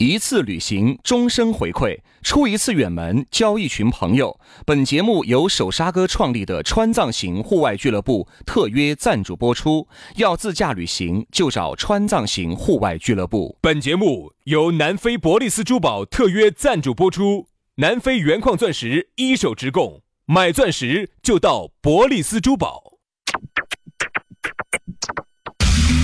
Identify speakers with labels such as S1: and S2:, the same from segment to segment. S1: 一次旅行，终身回馈；出一次远门，交一群朋友。本节目由首沙哥创立的川藏行户外俱乐部特约赞助播出。要自驾旅行，就找川藏行户外俱乐部。
S2: 本节目由南非伯利斯珠宝特约赞助播出，南非原矿钻石一手直供，买钻石就到伯利斯珠宝。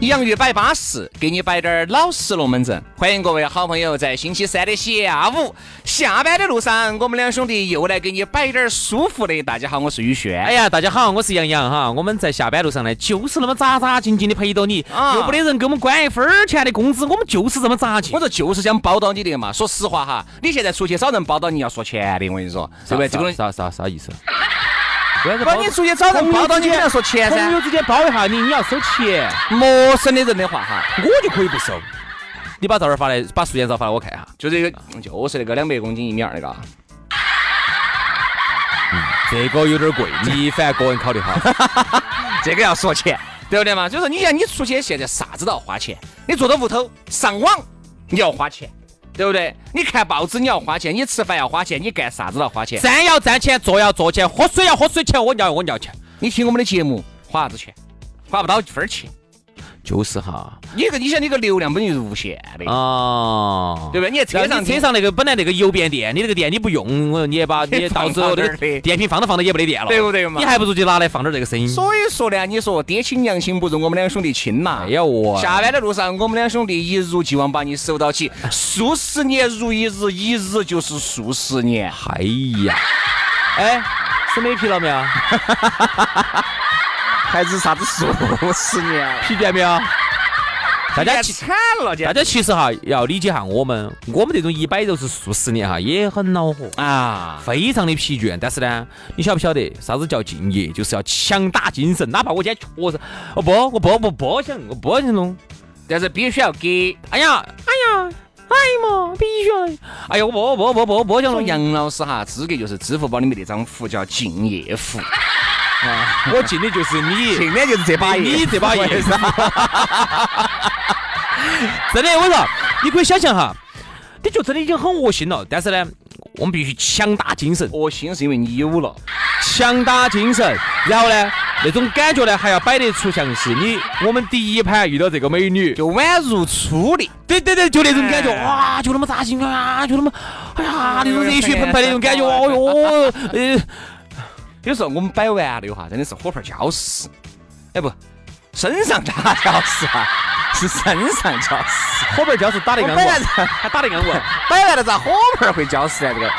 S1: 洋芋摆巴适，给你摆点儿老实龙门阵。欢迎各位好朋友在星期三的下午下班的路上，我们两兄弟又来给你摆点儿舒服的。大家好，我是宇轩。
S3: 哎呀，大家好，我是杨洋哈，我们在下班路上呢，就是那么扎扎静静的陪着你，
S1: 啊
S3: 又不得人给我们管一分儿钱的工资，我们就是这么扎劲
S1: 我。这就是想包到你的嘛。说实话哈，你现在出去找人包到你要说钱的，我跟你说，对不对？这个东西，
S3: 啥啥啥意思？为啥子
S1: 不
S3: 包
S1: 是你出去找人包到你，你要说钱
S3: 朋友
S1: 噻。
S3: 之间包一下你，你要收钱，
S1: 陌生的人的话哈，
S3: 我就可以不收。你把照片发来，把素颜照发来我看一下。
S1: 就这个，嗯就是那个两百公斤一米二那个啊，
S3: 这个有点贵，你反正个人考虑 哈。
S1: 这个要说钱，对不对嘛？所以说，你像你出去现在啥子都要花钱，你坐到屋头上网你要花钱，对不对？你看报纸你要花钱，你吃饭要花钱，你干啥子都要花钱。
S3: 站要站钱，坐要坐钱，喝水要喝水钱，我尿要我尿钱。
S1: 你听我们的节目花啥子钱？花不到一分儿钱。
S3: 就是哈
S1: 你个，你想你个流量本就是无限的，
S3: 啊
S1: 对不对？你在车上
S3: 你车上那个本来那个油变电，你那个电你不用，我你 也把你也到时候
S1: 放
S3: 那
S1: 哪儿
S3: 个
S1: 去
S3: 电瓶放都放到也没得电了，
S1: 对不对嘛
S3: 你还不如就拿来放点这个声音。
S1: 所以说呢，你说爹亲娘亲不如我们两兄弟亲呐。
S3: 哎呀我
S1: 下班的路上，我们两兄弟一如既往把你守到 起，数十年如一日，一日就是数十年。
S3: 哎呀，哎，审美疲 了没有？
S1: 还是啥子数十年？
S3: 疲倦没有？大家
S1: 家
S3: 其
S1: 惨了，
S3: 大
S1: 家
S3: 家其实哈要理解下我们，我们这种一摆都是数十年哈，也很恼火。
S1: 啊！
S3: 非常的疲倦，但是呢，你晓不晓得啥子叫敬业？就是要强打精神，哪怕我今天确实，我不，我不，不不想，我不想弄。
S1: 但是必须要给。
S3: 哎呀，哎呀，哎呀妈，必须要！哎呀，我不不不不不想
S1: 说
S3: 弄，
S1: 杨老师哈，资格就是支付宝里面那张符叫敬业 福，
S3: 我敬的就是你，
S1: 面就是哎这
S3: 你 这把叶子。真的，我说，你可以想象哈，你就真的已经很恶心了，但是呢，我们必须强打精神，
S1: 恶心是因为你有了，
S3: 强打精神，然后呢，那种感觉呢，还要摆得出像是你我们第一盘遇到这个美女，
S1: 就宛如初恋。
S3: 对对对，就那种感觉，
S1: 哎
S3: 哇，就那么扎心啊，就那么，哎呀，那种热血澎湃那种感觉，哦哟，呃。
S1: 有时候我们摆完了的话，真的是火盆浇死，哎不，身上打浇死啊， 是身上浇死。
S3: 火盆胶是打得
S1: 我
S3: 干
S1: 本来
S3: 我
S1: 是，还打得安 稳，摆完了咋火盆儿会浇死啊？这个，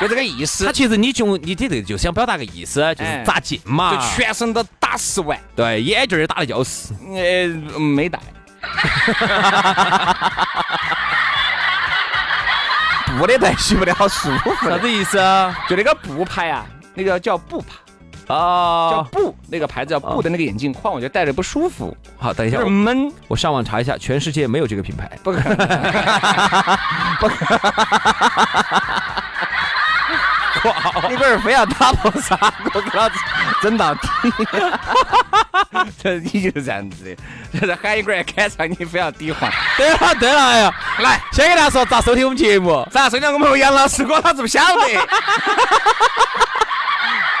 S1: 就这个意思
S3: 他，其实你就你这这就想表达个意思，啊就是扎劲嘛，
S1: 就全身都打湿完，
S3: 对，眼镜儿打得就是。
S1: 呃，没 带。布的带洗不得好舒服
S3: 啥
S1: 的，
S3: 子意思啊？
S1: 就那个布牌啊，那个叫布牌，叫
S3: 哦，
S1: 布，那个牌子叫布的那个眼镜框，我觉得戴着不舒服，
S3: 好，等一下
S1: 有，点闷。
S3: 我上网查一下，全世界没有这个品 牌。
S1: 不可能，不可能！你不是非要打破砂锅，给老子整到底！ 这你就是这样子的，就是喊一个人赶上你，非要抵换。
S3: 对了对了，哎呀，
S1: 来，
S3: 先给大家说咋收听我们节目。
S1: 咋？虽然我们杨老师，我老子不晓得，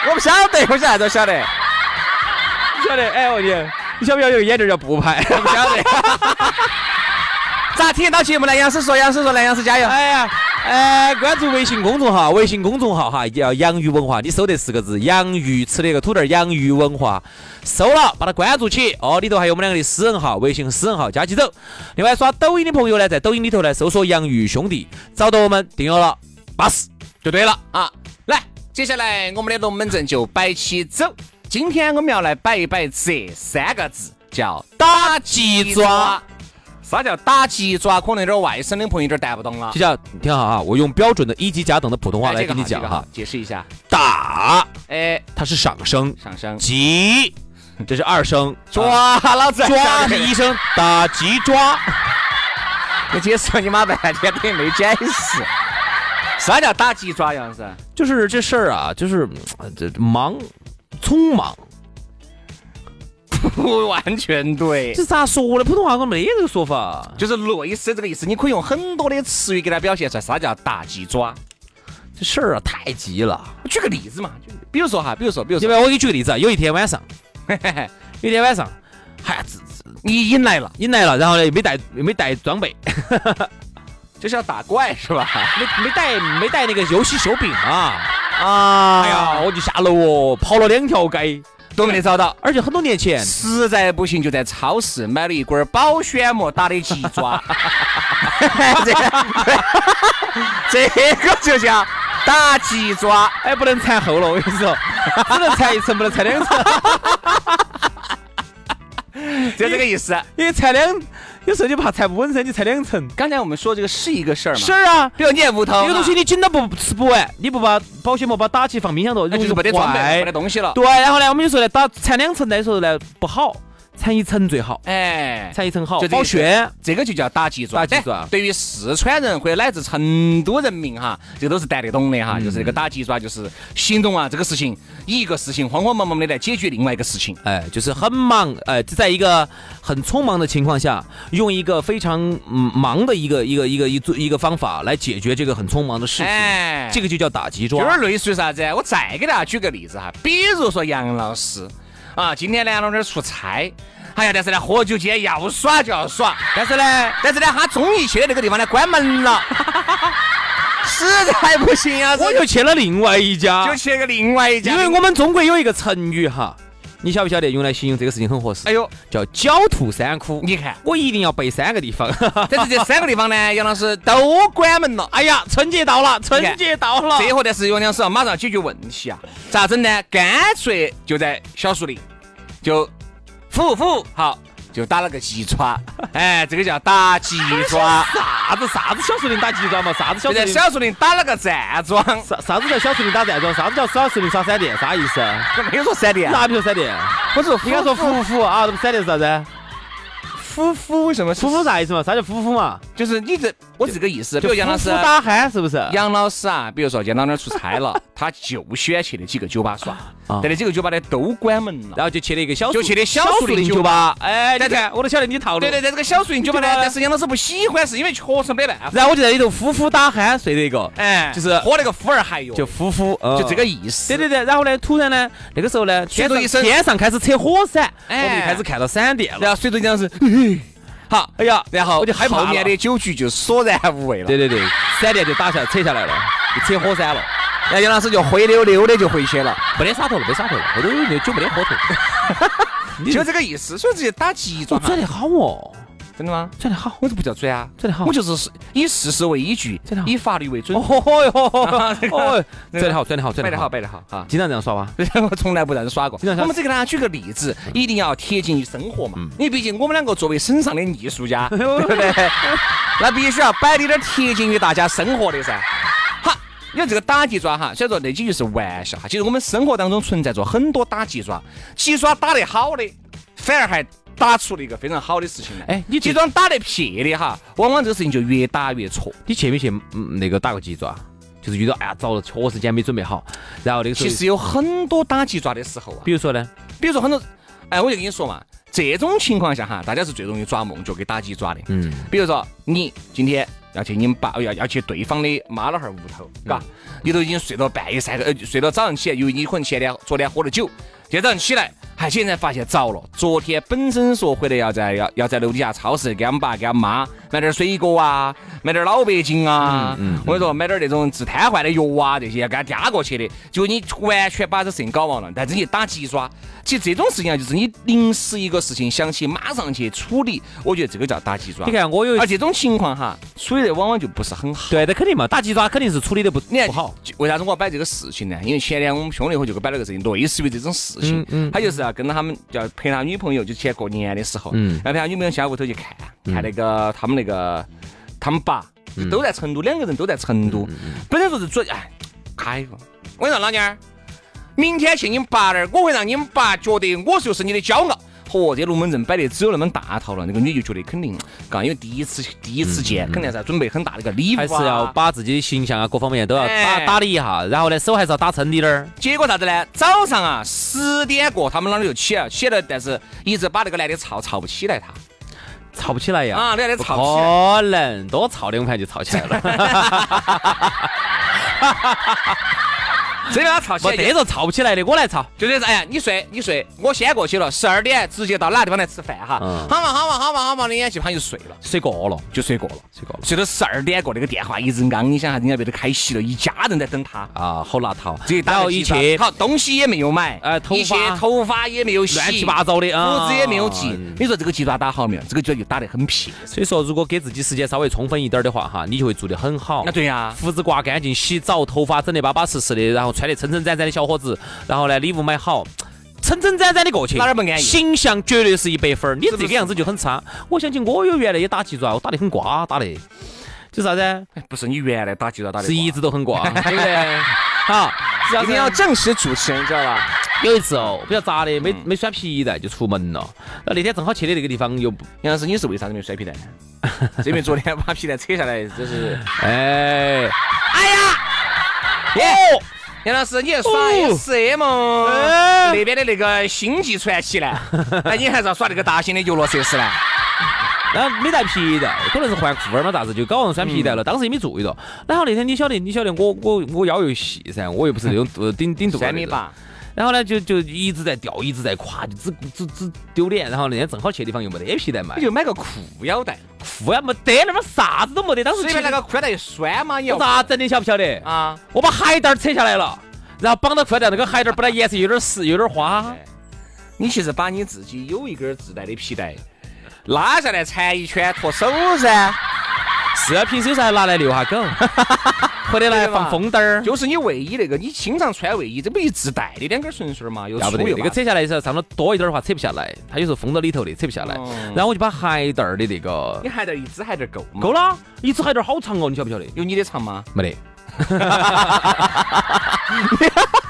S1: 我不晓得，我现在都晓得，
S3: 你晓得？哎，我天，你晓不晓得有个眼镜儿叫布牌？
S1: 不晓 得。咋听得到节目呢？杨师说，杨师说，来，杨师加油！
S3: 哎呀，哎，关注微信公众号，微信公众号哈叫“洋芋文化”，你搜得四个字“洋芋”，吃那个土豆儿“洋芋文化”，搜了把它关注起。哦，里头还有我们两个的私人号，微信私人号加起走。另外刷抖音的朋友呢，在抖音里头呢搜索“洋芋兄弟”，找到我们订阅了，巴适就对了。
S1: 啊，来，接下来我们的龙门阵就摆起走。今天我们要来摆一摆这三个字，叫
S3: 打鸡爪。
S1: 啥叫打鸡爪？可能有点外省的朋友有点带不懂了
S3: 就。叫你听好啊，我用标准的一级甲等的普通话
S1: 哎
S3: 来
S1: 这个
S3: 跟你
S1: 好
S3: 讲
S1: 这个
S3: 哈
S1: 好，解释一下。
S3: 打
S1: 哎，
S3: 它是上声，
S1: 上升
S3: 鸡这是二声，啊
S1: 抓老子
S3: 抓是
S1: 你！
S3: 一声，打鸡抓。
S1: 我解释了你妈半天等于没解释。啥叫打鸡爪，杨老 师？
S3: 就是这事儿啊，就是嗯这忙，匆忙。
S1: 不完全对，
S3: 这咋说呢？普通话我没这个说法，
S1: 就是类似这个意思。你可以用很多的词语给它表现出来。啥叫打鸡爪？
S3: 这事儿啊太急了。
S1: 我举个例子嘛，就比如说哈，比如说，比如
S3: 要
S1: 说
S3: 不，然我给你举个例子啊，有一天晚上，有一天晚上，嗨，自
S1: 你引来了，
S3: 引来了，然后呢也没带也没带装备，
S1: 就是要打怪是吧？
S3: 没没带没带那个游戏手柄啊，
S1: 啊
S3: 哎呀，，我就下楼哦，跑了两条街，
S1: 都没得找到。
S3: 而且很多年前，
S1: 实在不行就在超市买了一罐保鲜膜打的鸡爪， 这 个这个就叫打鸡爪。
S3: 哎，不能缠后了，我跟你说， 只能缠一层，不能缠两层，
S1: 就这个意思。
S3: 因为缠两，有时候你怕缠不稳噻，你缠两层。
S1: 刚才我们说这个是一个事儿嘛，
S3: 是啊，
S1: 比如你在屋头，
S3: 这个东西，你紧到不吃不完，你不把保鲜膜把它打起放冰箱头，
S1: 那
S3: 容
S1: 就
S3: 易
S1: 是没得装备了，没得
S3: 坏。
S1: 东西了。
S3: 对，然后呢，我们就说呢，打缠两层，那时候呢不好，缠一层最好，
S1: 哎，
S3: 缠一层好
S1: 就，这个
S3: 保鲜。
S1: 这个就叫打鸡爪。
S3: 哦打鸡爪
S1: 但对于四川人或者乃至成都人民哈，这个都是带得懂的
S3: 嗯
S1: 哈。就是这个打鸡爪，就是形容啊这个事情，一个事情慌慌忙忙的来解决另外一个事情。
S3: 哎，就是很忙，哎，在一个很匆忙的情况下，用一个非常嗯忙的一个一个一个一做一个方法来解决这个很匆忙的事情，
S1: 哎
S3: 这个就叫打鸡
S1: 就
S3: 爪
S1: 有。点类似于啥子？我再给大家举个例子哈，比如说杨老师啊，今天呢，老那儿出差，哎呀，但是呢，喝酒间要耍就要耍，但是呢，但是呢，他终于去的那个地方呢，关门了， 实在不行啊，
S3: 我
S1: 就
S3: 就去了另外一家
S1: 就，去个另外一家，
S3: 啊因为我们中国有一个成语哈，你晓不晓得用来形容这个事情很合适？
S1: 哎呦，
S3: 叫狡兔三窟。
S1: 你看，
S3: 我一定要背三个地方。
S1: 但是这三个地方呢，杨老师都关门了。
S3: 哎呀，春节到了，春节到了。
S1: 这货但是杨老师要马上要解决问题啊，咋整呢？干脆就在小树林，就虎虎好，就打了个鸡 爪，哎，这个叫打鸡爪，
S3: 啥子啥子小树林打鸡爪嘛？啥子小
S1: 就
S3: 树
S1: 在
S3: 林？
S1: 小树林打了个站桩，
S3: 啥啥子叫小树林打站桩？啥子叫小树林耍闪电？啥意思？
S1: 我没有说闪电啊，
S3: 哪比如闪电？
S1: 我是
S3: 应该说虎虎啊，这不闪电是啥子？
S1: 虎虎什么
S3: 虎虎啥意思嘛？啥叫虎虎嘛？
S1: 就是你这我这个意思，比如
S3: 就
S1: 杨老
S3: 虎
S1: 师
S3: 虎。打鼾是不是？
S1: 杨老师啊，比如说杨老那儿出差了，他就喜欢去那几个酒吧耍，
S3: 啊
S1: 但那几个酒吧呢都关门了。
S3: 然后就去了一个小
S1: 就去的小树林酒
S3: 酒
S1: 吧
S3: 吧。哎，
S1: 对
S3: 你
S1: 对
S3: 看，我都晓得你套路。
S1: 对对对，这个小树林酒吧呢
S3: 酒，吧
S1: 但是杨老师不喜欢，是因为确实没办法。
S3: 然后我就在里头呼呼打鼾睡了一个，
S1: 哎，
S3: 就是
S1: 喝了个伏尔亥哟，
S3: 就
S1: 就
S3: 呼呼，嗯
S1: 这个意思。
S3: 对对对，然后呢，突然呢，那个时候呢，天
S1: 水
S3: 上
S1: 中一声
S3: 天上开始扯火伞，我
S1: 哎
S3: 们就开始看到闪电了。
S1: 然后水中央是，好，哎呀，然后
S3: 我就害怕
S1: 嗯后
S3: 了
S1: 面的酒局就索然无味了。
S3: 对对对，闪电就打下扯下来了，就扯火伞了，哎
S1: 然哎后杨老师就灰溜溜的就回去了，
S3: 没得耍头了，没耍头了，后头有没酒没得喝头。你
S1: 就这个意思。所以这些打鸡爪
S3: 我
S1: 嘛，
S3: 转得好哦，
S1: 真的吗？
S3: 转得好，
S1: 我这不叫转啊，
S3: 转得好
S1: 我。就是以事实为依据
S3: 真的，好
S1: 以法律为准
S3: 哦，吼哟，
S1: 这个
S3: 哦，
S1: 这个
S3: 转得好，转得好，
S1: 摆
S3: 转
S1: 得
S3: 得
S1: 好，
S3: 好，
S1: 摆得好啊。
S3: 经常这样耍哇。
S1: 我从来不让人耍过。
S3: 经常耍嗯
S1: 我们只给大家举个例子，一定要贴近于生活嘛，因为毕竟我们两个作为省上的艺术 家，对不对？那必须要摆的有点贴近于大家生活的噻。好，你看这个打鸡爪哈，虽然说那几句是玩笑哈，其实我们生活当中存在着很多打鸡爪，鸡爪打得好的，反而还。打出了一个非常好的事情来。
S3: 哎你
S1: 鸡
S3: 这
S1: 爪打得撇的哈，往往这个事情就越打越错。
S3: 你去没去嗯那个打过鸡爪？就是遇到哎呀，遭了，确实间没准备好，然后那个时
S1: 其
S3: 候，
S1: 实有很多打鸡爪的时候啊，
S3: 比如说呢，
S1: 比如说很多，哎，我就跟你说嘛，这种情况下哈，大家是最容易抓梦觉给打鸡爪的。
S3: 嗯，
S1: 比如说你今天要去你们爸，要要去对方的妈老汉儿屋头，嘎、你都已经睡到半夜三个，呃，睡到早上起来，由于你可能前天昨天喝了酒，今天早上起来，还现在发现糟了，昨天本身说回来要在要要在楼底下超市给俺们爸给俺妈买点水果啊，买点老北京啊，我跟你说买点那种治瘫痪的药啊这些给他加过去的，结果你完全把这事情搞忘了，但是你打鸡爪，其实这种事情啊，就是你临时一个事情想起马上去处理，我觉得这个叫打鸡爪。
S3: 你看我有一次
S1: 而这种情况哈，处理的往往就不是很好。
S3: 啊对，那肯定嘛，打鸡爪肯定是处理的不
S1: 你看
S3: 不好。，嗯
S1: 就为啥子我要摆这个事情呢？因为前天我们兄弟伙就给摆了个事情，类似于这种事情，他就是要跟他们要陪他女朋友，就前过年的时候，
S3: 嗯
S1: 然后陪他女朋友下屋头去看看那个他们那个他们爸都在成都，两个人都在成
S3: 嗯
S1: 都，本来说是准哎，哎呦，我跟你说老娘儿，明天去你们爸那儿，我会让你们爸觉得我就是你的骄傲。嚯，这龙门阵摆得只有那么大套了，那个女就觉得肯定，嘎，因为第一次第一次见，肯定还是要准备很大的一个礼物、
S3: 嗯还
S1: 啊，
S3: 是要把自己的形象啊各方面都要打
S1: 哎
S3: 打理一下，然后呢手还是要打撑的点儿。
S1: 结果啥子呢？早上啊，十点过，他们老儿就起了，起了，但是一直把那个男的吵吵不起来他，
S3: 吵不起来呀！
S1: 啊那得
S3: 不
S1: 吵不起来
S3: 可能多吵两盘就吵起来 了，
S1: 真的他吵起来
S3: 没得
S1: 就
S3: 着吵不起来的，我来吵。
S1: 就这是哎呀，你睡你睡，我先过去了，十二点直接到哪个地方来吃饭哈？
S3: 嗯
S1: 好嘛好嘛好嘛好嘛，你眼去，他就睡了，
S3: 睡过了，
S1: 就睡过了，
S3: 睡过了
S1: 睡到十二点过，那个电话一直昂，你想哈，人家被他开席了，一家人在等他。
S3: 啊，好邋遢。
S1: 这
S3: 然后一
S1: 切，
S3: 去，
S1: 好东西也没有买，
S3: 哎头发
S1: 一切头发也没有洗，
S3: 乱七八糟的啊
S1: 胡子也没有剃
S3: 嗯。
S1: 你说这个鸡爪打好没有？这个鸡爪就打得很撇。
S3: 所以说如果给自己时间稍微充分一点儿的话，哈，你就会做得很好。
S1: 啊那对呀，
S3: 胡子刮干净，洗澡，头发整得巴巴适适的，然后穿得撑撑展展的小伙子，然后呢礼物买好，撑撑展展的过去，
S1: 哪儿不安逸
S3: 形象绝对是一百分儿，你
S1: 不
S3: 这
S1: 是
S3: 个样子就很差。我想起我有原来也打鸡爪，我打得很瓜，打得就啥子，啊
S1: 哎不是你原来打鸡爪打的
S3: 是一直都很瓜， 对不对？好，只要
S1: 一
S3: 是
S1: 定 要正式主持人，知道吧？
S3: 有一次哦，不晓得咋的，没
S1: 嗯
S3: 没拴皮带就出门了。然后那天正好去的那个地方又不，
S1: 杨老师，你是为啥子没有 摔皮带呢？这边昨天把皮带扯下来，这是。
S3: 哎，
S1: 哦， 杨老师，你还耍 SM 哦
S3: 哎
S1: 那边的那个星际传奇 呢？那你还是要耍那个大型的游乐设施呢？
S3: 然后没带皮带，可能是换裤儿嘛啥子，就搞忘拴皮带了。
S1: 嗯
S3: 当时也没注意到。然后那天你晓得，你晓得我我我腰又细噻，我又不是那种呃顶顶肚
S1: 三米。八，
S3: 然后呢，就就一直在掉，一直在垮，就只只只丢脸。然后那天正好去的地方又没得皮带卖
S1: 你，就买个裤腰带，
S3: 裤呀没得，那边啥子都没得。当时
S1: 随
S3: 去
S1: 便那
S3: 那
S1: 个裤腰带一拴嘛，你要
S3: 我咋整的，晓不晓得？
S1: 啊？
S3: 我把海带儿扯下来了，然后绑到裤腰带，那个海带儿本来颜色有点湿，有点花。
S1: 你其实把你自己有一根自带的皮带拉下来缠一圈，脱手噻。
S3: 是啊，平时有时候还拿来遛下 狗，或者拿来放风灯儿。
S1: 就是你卫衣那个，你经常穿卫衣，这不一自带的两根绳绳儿嘛，又
S3: 要不得
S1: 粗，又
S3: 那个
S1: 麻
S3: 扯下来的时候，上头多一点儿的话扯不下来，它有时候封到里头的，扯不下来
S1: 哦。
S3: 然后我就把海带儿的那个
S1: 你还得一只还得够吗？
S3: 够了，一只海带儿好长哦，你晓不晓得？
S1: 有你的长吗？
S3: 没得。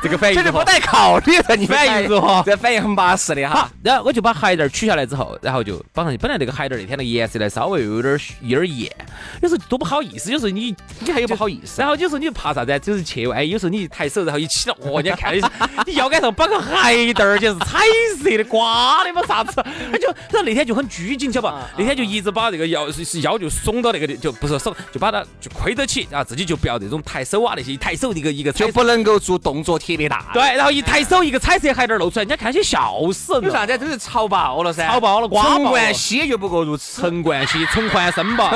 S3: 这个反应
S1: 这是
S3: 如
S1: 不
S3: 何？
S1: 带考虑的，你
S3: 反应如何
S1: 这反应很巴适的
S3: 好
S1: 哈。，
S3: 然后我就把海带儿取下来之后，然后就绑上去。本来那个海带儿那天那个颜色呢，稍微有点儿有点儿艳，有时候多不好意思，有时候你
S1: 你还有不好意思
S3: 然？后有时候你就怕啥子啊？就是去哎，有时候你一抬手，然后一起来，哦，人家看你， 你腰杆上绑个海带儿，就是彩色的，刮的嘛啥子？他就，然后那天就很拘谨，晓
S1: 啊
S3: 得吧？那天就一直把这个腰是腰就耸到那个地，就不是耸，就把它就亏得起，啊，自己就不要那种抬手啊那些，一抬手一个一个
S1: 就
S3: 彩色
S1: 不能够做动作特别大。
S3: 对，，然后一抬手一个彩色海带儿露出来，人家看起笑死人
S1: 有
S3: 了。
S1: 啥子？啊都是潮爆了噻，
S3: 潮爆了刮爆了
S1: 陈冠希也就不过如此。
S3: 陈冠希，宠环生吧。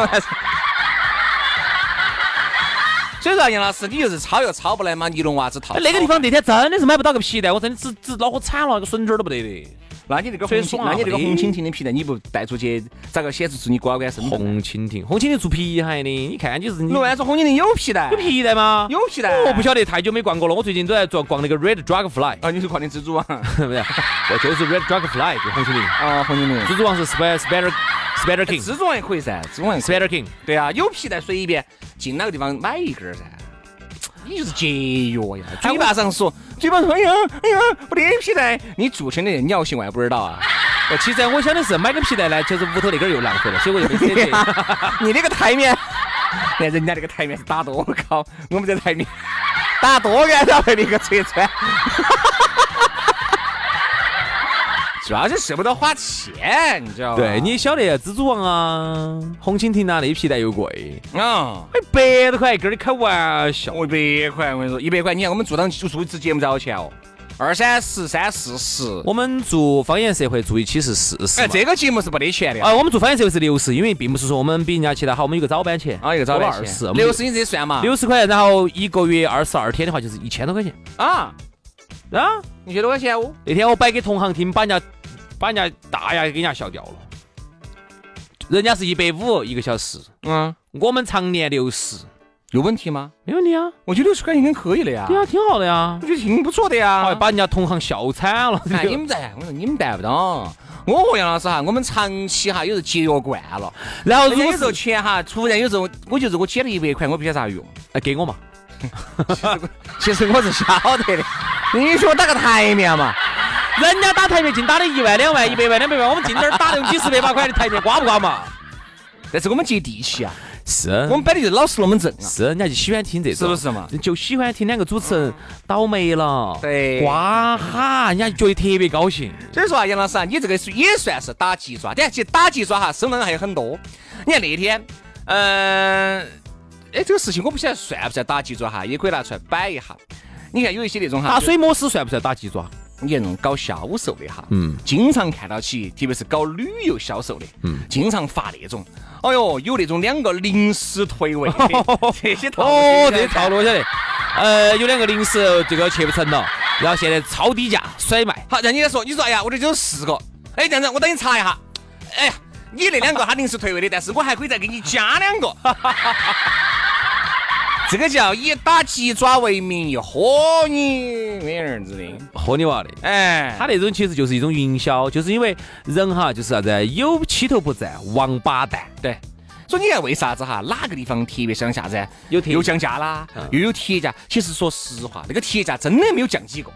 S1: 所以说，杨老师，你就是抄又抄不来嘛，尼龙袜子套。
S3: 哎那个地，方那天真的是买不到个皮带，我真的只只恼火惨了，那个笋子儿都不得的。
S1: 那你那个
S3: 所以
S1: 红蜻，
S3: 爽啊
S1: 那你那个
S3: 不得
S1: 红蜻蜓的皮带，你不带出去，咋个显示出你乖乖身份？
S3: 红蜻蜓，红蜻蜓做皮鞋的，你看就是你
S1: 陆安说红蜻蜓有皮带，
S3: 有皮带吗？
S1: 有皮带
S3: 我不晓得，太久没逛过了。我最近都在逛逛那个 Red Dragonfly，
S1: 啊，你是狂的蜘蛛网
S3: 不对，我就是 Red Dragonfly，就红蜻蜓。
S1: 啊，红蜻蜓。
S3: 蜘蛛王是 Spider Spider Spider
S1: 哎
S3: King
S1: 蜘蛛网也可以噻，蜘蛛网也可以
S3: Spider King，
S1: 对啊，有皮带随便进哪个地方买一根儿噻。你就是节约呀，嘴巴上说，嘴巴上说，哎呀，哎呀，不得皮带，你做成的尿性外不知道 啊？
S3: 呃其实我想的是买个皮带呢，就是屋头那根儿又浪费了，所以我就没 舍得。
S1: 你那个台面，那人家那个台面是打多高，我们这台面打多远才被那个锤穿？ 主要是舍不得花钱，你知道吧？
S3: 对，你也晓得蜘蛛王啊、红蜻蜓啊，那皮带又贵，
S1: 啊。
S3: 哎，百多块一根儿，你开玩笑？
S1: 我一百块，我跟你说，一百块，你看我们做档做做一次节目多少钱哦？二三十，三四十。
S3: 我们做方言社会做一期是四十
S1: 哎，
S3: 嘛，
S1: 这个节目是没得钱的
S3: 啊，我们做方言社会是六十，因为并不是说我们比人家其他好，我们有个早班钱，
S1: 啊，一个早班
S3: 二十，
S1: 钱
S3: 我，们
S1: 六十你自己算嘛。
S3: 六十块，然后一个月二十二天的话，就是一千多块钱
S1: 啊，
S3: 啊！
S1: 一千多块钱哦，
S3: 那天我摆给同行听，把人家把人家大牙给人家笑掉了。人家是一百五一个小时，
S1: 嗯，
S3: 我们常年六十，
S1: 有问题吗？
S3: 没问题啊，
S1: 我觉得六十块钱已经可以了呀，
S3: 对啊，挺好的呀
S1: 我。觉得挺不错的呀。
S3: 哎，把人家同行笑惨了，
S1: 哎，你们在，我说你们办不到。我和杨老师哈，我们长期哈有时候节约惯了，
S3: 然后
S1: 人
S3: 如
S1: 家
S3: 果
S1: 有时候
S3: 是
S1: 钱哈，突然有时候我觉得我捡了一百块，我不晓得咋 用。
S3: 哎给我嘛，
S1: 其实我是晓得的，你说打个台面嘛，
S3: 人家打台面净打的一万、两万、一百万、两百万，我们净点儿打那种几十、百把块的台面，瓜不瓜嘛？
S1: 但是我们接地气啊，
S3: 是，
S1: 我们摆的就是老实龙门阵啊。
S3: 是，人家就喜欢听这
S1: 是
S3: 种，
S1: 不是嘛？
S3: 就喜欢听两个主持人倒霉了，
S1: 对
S3: 瓜哈，人家就觉得特别高兴。
S1: 所以说啊，杨老师啊，你这个也算是打鸡爪，但其实打鸡爪哈，收到的还有很多。你看那天，嗯、哎，这个事情我不晓得算不算打鸡爪哈，也可以拿出来摆一下。你看有一些那种哈，
S3: 打水母师算不算打鸡啊爪？
S1: 你看那种搞销售的哈，
S3: 嗯
S1: 嗯，经常看到起，特别是搞旅游销售的，嗯，经常发那种，哎呦，有那种两个临时推诿， 这些套路
S3: 哦，
S1: 现在
S3: 这套路我晓得。呃，有两个零食这个去不成了，然后现在超低价甩卖。
S1: 好，让你来说，你说，哎呀，我这就有四个，哎，这样子，我等你查一下，哎呀，你那两个他临时退位的，但是我还可以再给你加两个， 这个叫以打鸡爪为名义豁你妹儿子的，
S3: 喝你娃的！
S1: 哎，
S3: 他那种其实就是一种营销，就是因为人哈就是啥子，有七头不占王八蛋。
S1: 对。所以你看为啥子哈？哪个地方特别想啥子？
S3: 有铁嗯
S1: 又降价啦，又有铁价。其实说实话，那个铁价真的没有降几个，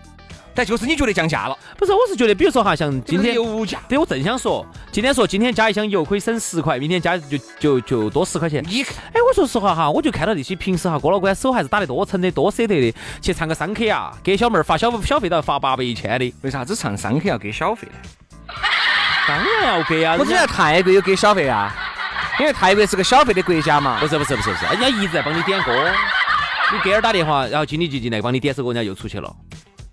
S1: 但就是你觉得降价了。
S3: 不是，我是觉得，比如说哈，像今
S1: 这个是
S3: 天
S1: 油价，
S3: 对我正想说，今天说今天加一箱油可以省十块，明天加就就就多十块钱。
S1: 你看，
S3: 哎，我说实话哈，我就看到那些平时哈哥老倌手还是打得多沉的，多舍得的，去唱个商 K 啊，给小妹儿发小小费都要发八百一千的，
S1: 为啥子唱商客要给小费呢？
S3: 当然要给啊。
S1: 我
S3: 人
S1: 只
S3: 家
S1: 在泰国有给小费啊，因为泰国是个消费的国家嘛
S3: 不。是不是不是不是，人家一直在帮你点歌，你给儿打电话，然后经理就进来帮你点首歌，人家又出去了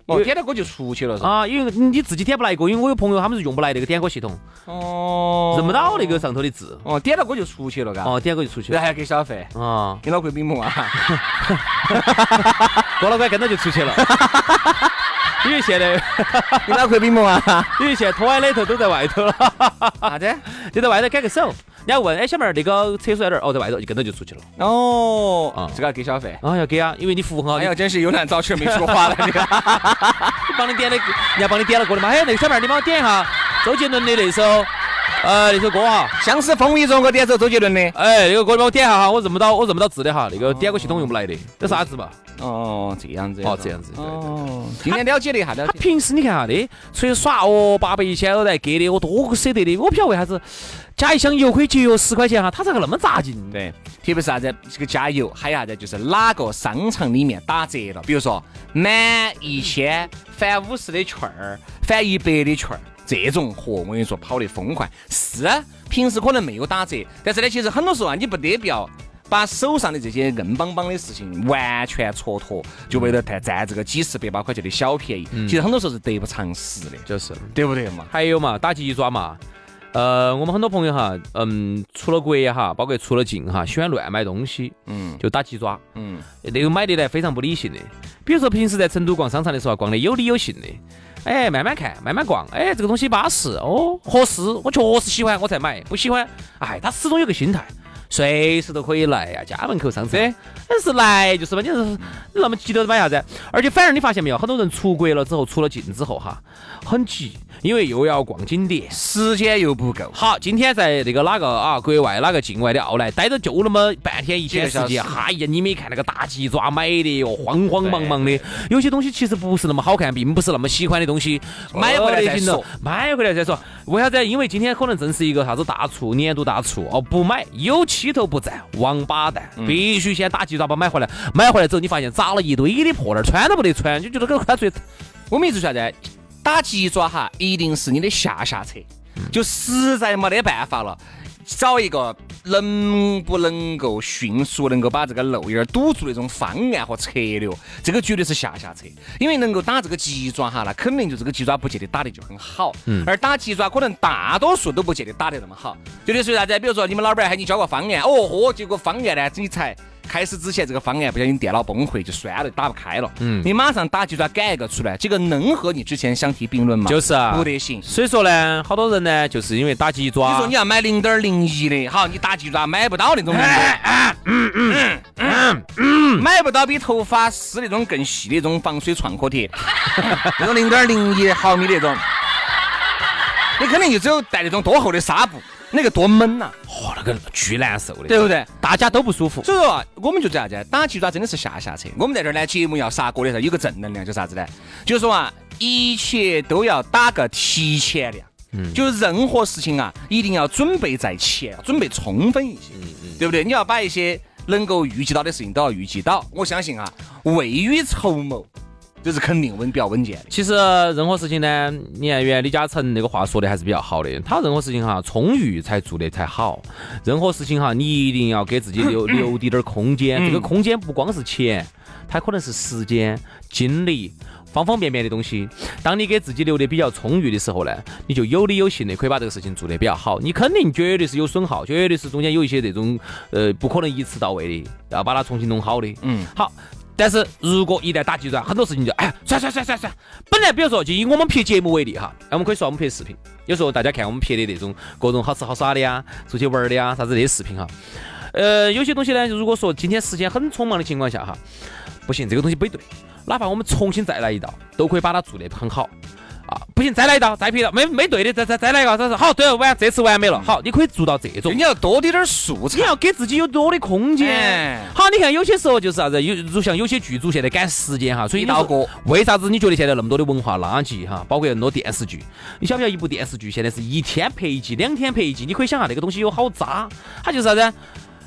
S1: 哦，点了歌就出去了是吧？
S3: 啊，因为你自己点不来歌，因为我有朋友他们是用不来那个点歌系统，
S1: 哦
S3: 认不到那个。上头的字，
S1: 哦，点了歌就出去了，嘎。
S3: 哦，点歌就出去
S1: 然后
S3: 了
S1: 还要给小费，
S3: 啊，
S1: 你脑壳有病不 啊？
S3: 郭老倌跟着就出 去了， 因为现在
S1: 你脑壳有病不啊？
S3: 因为现在拖完里头都在外头 了。
S1: 啥子？
S3: 就在外头改个手，人家问，哎，小妹儿，那个厕所在哪儿？哦，在外头，就跟着就出去了。
S1: 哦
S3: 啊，
S1: 这个要给小费。
S3: 啊，要给啊，因为你服务很好，
S1: 哎
S3: 你
S1: 呀，真是有难造车没说话了，这 个
S3: 帮你点的，人家帮你点了歌的嘛。哎，那个小妹儿，你帮我点一下周杰伦的那首，呃，那首歌哈。
S1: 像是风雨中我点走周杰伦的。
S3: 哎，那个歌你帮我点一下哈，我认不到，我认不到字的哈，那个点歌系统用不来的，有啥字嘛？
S1: 哦，这样子。
S3: 哦，这。样子。对对
S1: 哦，今天了解了一下，了
S3: 他
S1: 解。
S3: 平时你看哈的，出去耍哦，八百一千都在给的，我多舍得的，我不晓得为啥子加一箱油可以节约十块钱哈，他咋个那么扎劲？
S1: 对，特别是啥子这个加油，还有啥子就是哪个商场里面打折了，比如说满一千返五十的券儿，返一百的券儿，这种货我跟你说跑得疯快。是啊，平时可能没有打折，但是呢，其实很多时候啊，你不得必要。把手上的这些硬邦邦的事情完全蹉跎，就为了占占这个几十百把块钱的小便宜，其实很多时候是得不偿失的，
S3: 就是。
S1: 对不对嘛？
S3: 还有嘛，打鸡爪嘛。呃，我们很多朋友哈，嗯，出了国哈，包括出了境哈，喜欢乱买东西，
S1: 嗯
S3: 就打鸡爪。
S1: 嗯，
S3: 那个买的呢，非常不理性的。比如说平时在成都逛商场的时候啊，逛的有理有性的，哎，慢慢看，慢慢逛，哎，这个东西巴适哦，合适，我确实喜欢我才买，不喜欢，哎，他始终有个心态。随时都可以来呀、家门口商场，但是来就是嘛，你是那么急着买啥子？而且反而你发现没有，很多人出国了之后，出了境之后哈，很急，因为又要逛景点，
S1: 时间又不够，
S3: 好，今天在那个哪个啊，国外哪个境外的奥莱待着就那么半天一天时
S1: 几
S3: 间，
S1: 个小时
S3: 哎呀，你没看那个大鸡爪买的哟，慌慌忙忙的，有些东西其实不是那么好看，并不是那么喜欢的东西，买回来
S1: 再
S3: 行了
S1: 说，
S3: 买回来再说。为啥子？因为今天可能正是一个啥子大促，年度大促哦，不买有七头不占，王八蛋，必须先打鸡爪把买回来，买回来之后你发现扎了一堆的破烂儿，穿都不得穿，就觉得这个穿出去
S1: 我们一直说啥子？打鸡爪哈，一定是你的下下策，就实在没得办法了，找一个能不能够迅速能够把这个漏眼儿堵住的一种方案和策略，这个绝对是下下策。因为能够打这个鸡爪哈，那肯定就这个鸡爪不见得打得就很好，
S3: 嗯
S1: 而打鸡爪可能大多数都不见得打得那么好。就类似于啥子？比如说你们老板喊你交个方案，哦豁，结果方案呢，你才。开始之前这个方案不小心电脑崩溃就酸了，打不开了。嗯，你马上打鸡爪改一个出来，这个能和你之前相提并论吗？
S3: 就是啊
S1: 不得行。
S3: 所以说呢，好多人呢，就是因为打鸡爪，
S1: 你哎说你要买零点零一的，好，你打鸡爪买不到那种零点。嗯嗯嗯买不到比头发丝那种更细的那种防水创可 贴，那种零点零一毫米那种，你肯定就只有带那种多厚的纱布，那个多闷呐、
S3: 哦，那个巨难受的，
S1: 对不对？
S3: 大家都不舒服。
S1: 所以说啊，我们就这样子，打记住啊，真的是下下策。我们在这儿呢，节目要杀锅的时候有个正能量，就是啥子呢？就是说啊，一切都要打个提前量。
S3: 嗯
S1: 就任何事情啊，一定要准备在前，准备充分一
S3: 嗯
S1: 些，对不对？你要把一些能够预计到的事情都要预计到。我相信啊，未雨绸缪，这是肯定稳比较稳健的。
S3: 其实任何事情呢，你看原来李嘉诚那个话说的还是比较好的，他任何事情哈，充裕才做的才好。任何事情哈，你一定要给自己留 留滴点儿空间，这个空间不光是钱，它可能是时间、精力。方方面面的东西，当你给自己留的比较充裕的时候呢，你就有理有信的可以把这个事情做得比较好。你肯定绝对是有损耗，绝对是中间有一些这种呃不可能一次到位的，要把它重新弄好的。
S1: 嗯，
S3: 好。但是如果一旦打急转，很多事情就哎呀，算算算算算。本来比如说，就以我们拍节目为例哈，哎那我们可以说我们拍视频，有时候大家看我们拍的那种各种好吃好耍的呀，出去玩儿的呀，啥子那些视频哈。呃，有些东西呢，如果说今天时间很匆忙的情况下哈，不行，这个东西不对，哪怕我们重新再来一道，都可以把它做得很好。啊，不行，再来一道，再拍一道，没没对的，再再再来一个，再是好，对了，完这次完美了，好，你可以做到这
S1: 就
S3: 种
S1: 你。要多滴点儿素
S3: 你
S1: 材。
S3: 要给自己有多的空间
S1: 哎。
S3: 好，你看有些时候就是啥子，有如像有些剧组现在赶时间哈，所以
S1: 一刀割。
S3: 为啥子你觉得现在那么多的文化垃圾哈，包括那么多电视剧？你晓不晓得一部电视剧现在是一天拍一集，两天拍一集？你可以想下那个东西有好渣，它就是啥子？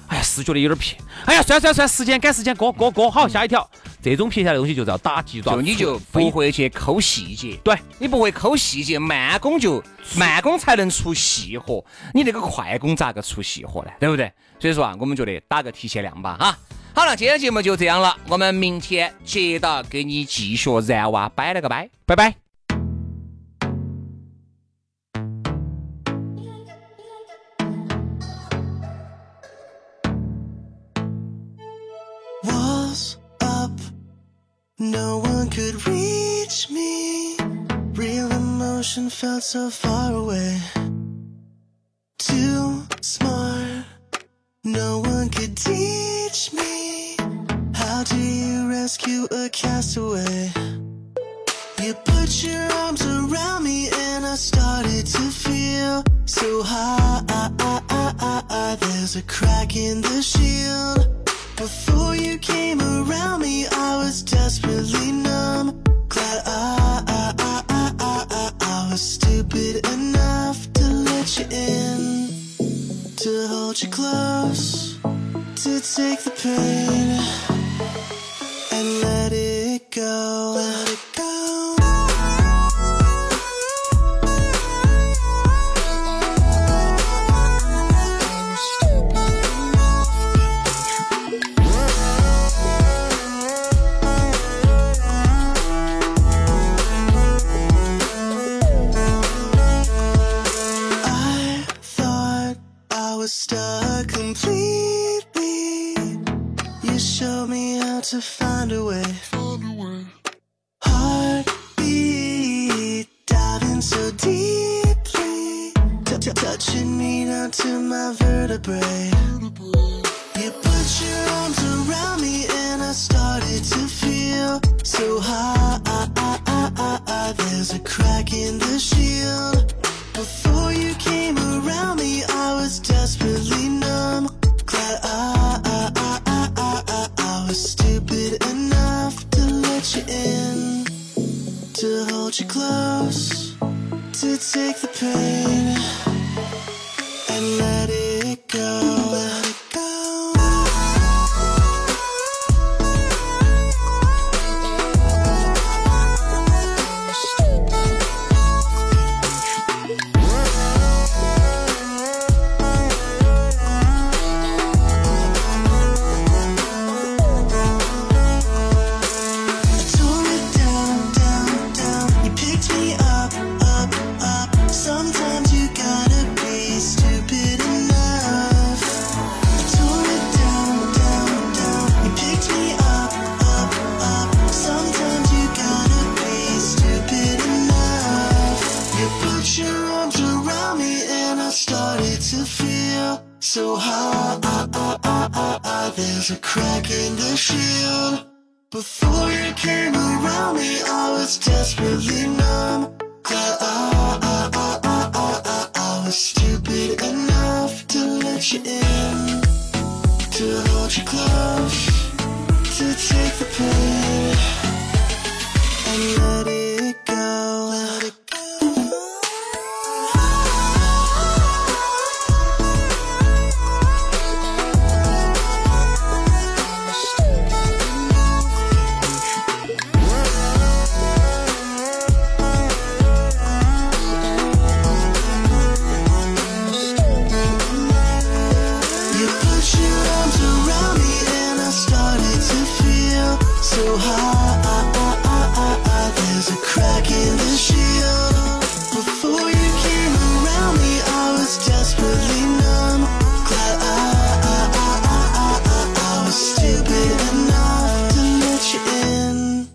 S3: 哎呀，是觉得有点皮。哎呀，算了算了算了，时间赶时间，过过过，好，下一条。这种皮下的东西就是要打击抓
S1: 就
S3: 住，
S1: 你就不
S3: 非
S1: 会去抠细节，
S3: 对
S1: 你不会抠细节，慢工就慢工才能出细活，你那个快工咋个出细活呢？对不对？所以说啊，我们觉得打个提前量吧，哈。好了，今天节目就这样了，我们明天接着给你继续燃哇，拜了个拜。
S3: 拜拜。
S4: Walls up, no one could reach me. Real emotion felt so far away. Too smart, no one could teach me. How do you rescue a castaway? You put your arms around me and I started to feel so high. There's a crack in the shield. Before you came around me, I was desperately numb. Glad I, I, I, I, I, I, I was stupid enough to let you in, to hold you close, to take the pain and let it go. Let it go. I thought I was stuck completely. You showed me how to find a way. Heartbeat diving so deeply, T- touching me down to my vertebrae. You put your arms around me and I started to feel so high. There's a crack in the shield. Before you came around me, I was desperately numb. Glad I, I, I, I, I, I, I was stupid enough to let you in, to hold you close, to take the pain and let it go. Let it go. Tore it down, down, down. You picked me up, up, up. Sometimes you gotta be stupid enough. Tore it down, down, down. You picked me up, up, up. Sometimes you gotta be stupid enough. You put your arms around me and I started to feel so high. now there's a crack in the shield. Before you came around me, I was desperately numb. ah, I, I, I, I, I, I, I, ah, I was stupid enough to let you in, to hold you close, to take the pain and let it go. Let it go. You put your arms around me and I started to feel so high. There's a crack in the shield. Before you came around me, I was desperately numb. Glad I, I, I, I, I, I, I was stupid enough to let you in,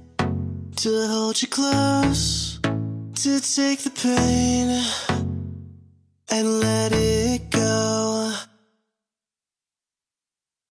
S4: to hold you close, to take the pain and let it go.